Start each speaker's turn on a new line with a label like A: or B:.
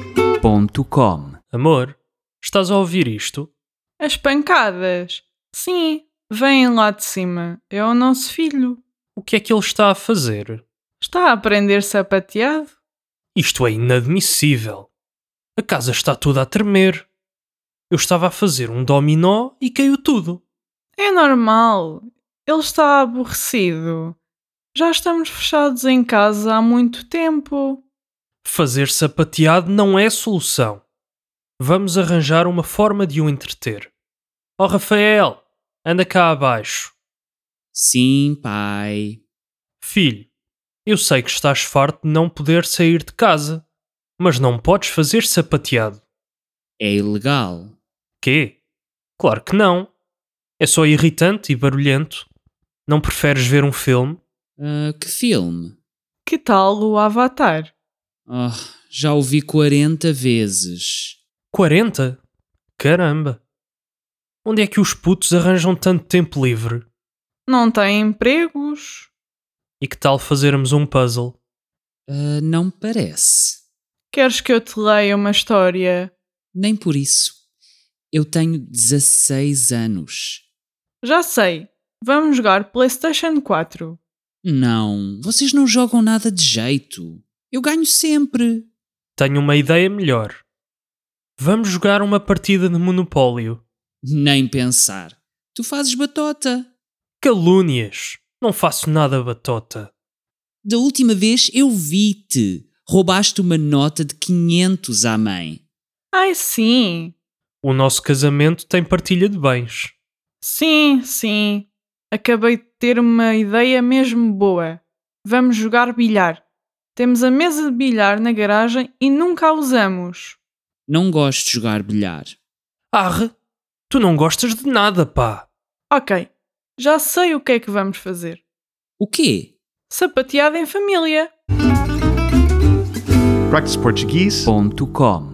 A: practiceportuguese.com
B: Amor, estás a ouvir isto?
C: As pancadas? Sim, vêm lá de cima. É o nosso filho.
B: O que é que ele está a fazer?
C: Está a aprender sapateado?
B: Isto é inadmissível. A casa está toda a tremer. Eu estava a fazer um dominó e caiu tudo.
C: É normal. Ele está aborrecido. Já estamos fechados em casa há muito tempo.
B: Fazer sapateado não é solução. Vamos arranjar uma forma de o entreter. Oh, Rafael, anda cá abaixo.
A: Sim, pai.
B: Filho, eu sei que estás farto de não poder sair de casa, mas não podes fazer sapateado.
A: É ilegal.
B: Quê? Claro que não. É só irritante e barulhento. Não preferes ver um filme?
A: Ah, que filme?
C: Que tal o Avatar?
A: Oh, já o vi 40 vezes.
B: 40? Caramba! Onde é que os putos arranjam tanto tempo livre?
C: Não tem empregos?
B: E que tal fazermos um puzzle?
A: Ah, não parece.
C: Queres que eu te leia uma história?
A: Nem por isso. Eu tenho 16 anos.
C: Já sei. Vamos jogar PlayStation 4.
A: Não, vocês não jogam nada de jeito. Eu ganho sempre.
B: Tenho uma ideia melhor. Vamos jogar uma partida de Monopólio.
A: Nem pensar. Tu fazes batota.
B: Calúnias! Não faço nada batota.
A: Da última vez eu vi-te. Roubaste uma nota de 500 à mãe.
C: Ai, sim.
B: O nosso casamento tem partilha de bens.
C: Sim, sim. Acabei de ter uma ideia mesmo boa. Vamos jogar bilhar. Temos a mesa de bilhar na garagem e nunca a usamos.
A: Não gosto de jogar bilhar.
B: Arre! Tu não gostas de nada, pá!
C: Ok, já sei o que é que vamos fazer.
A: O quê?
C: Sapateada em família.
D: practiceportuguese.com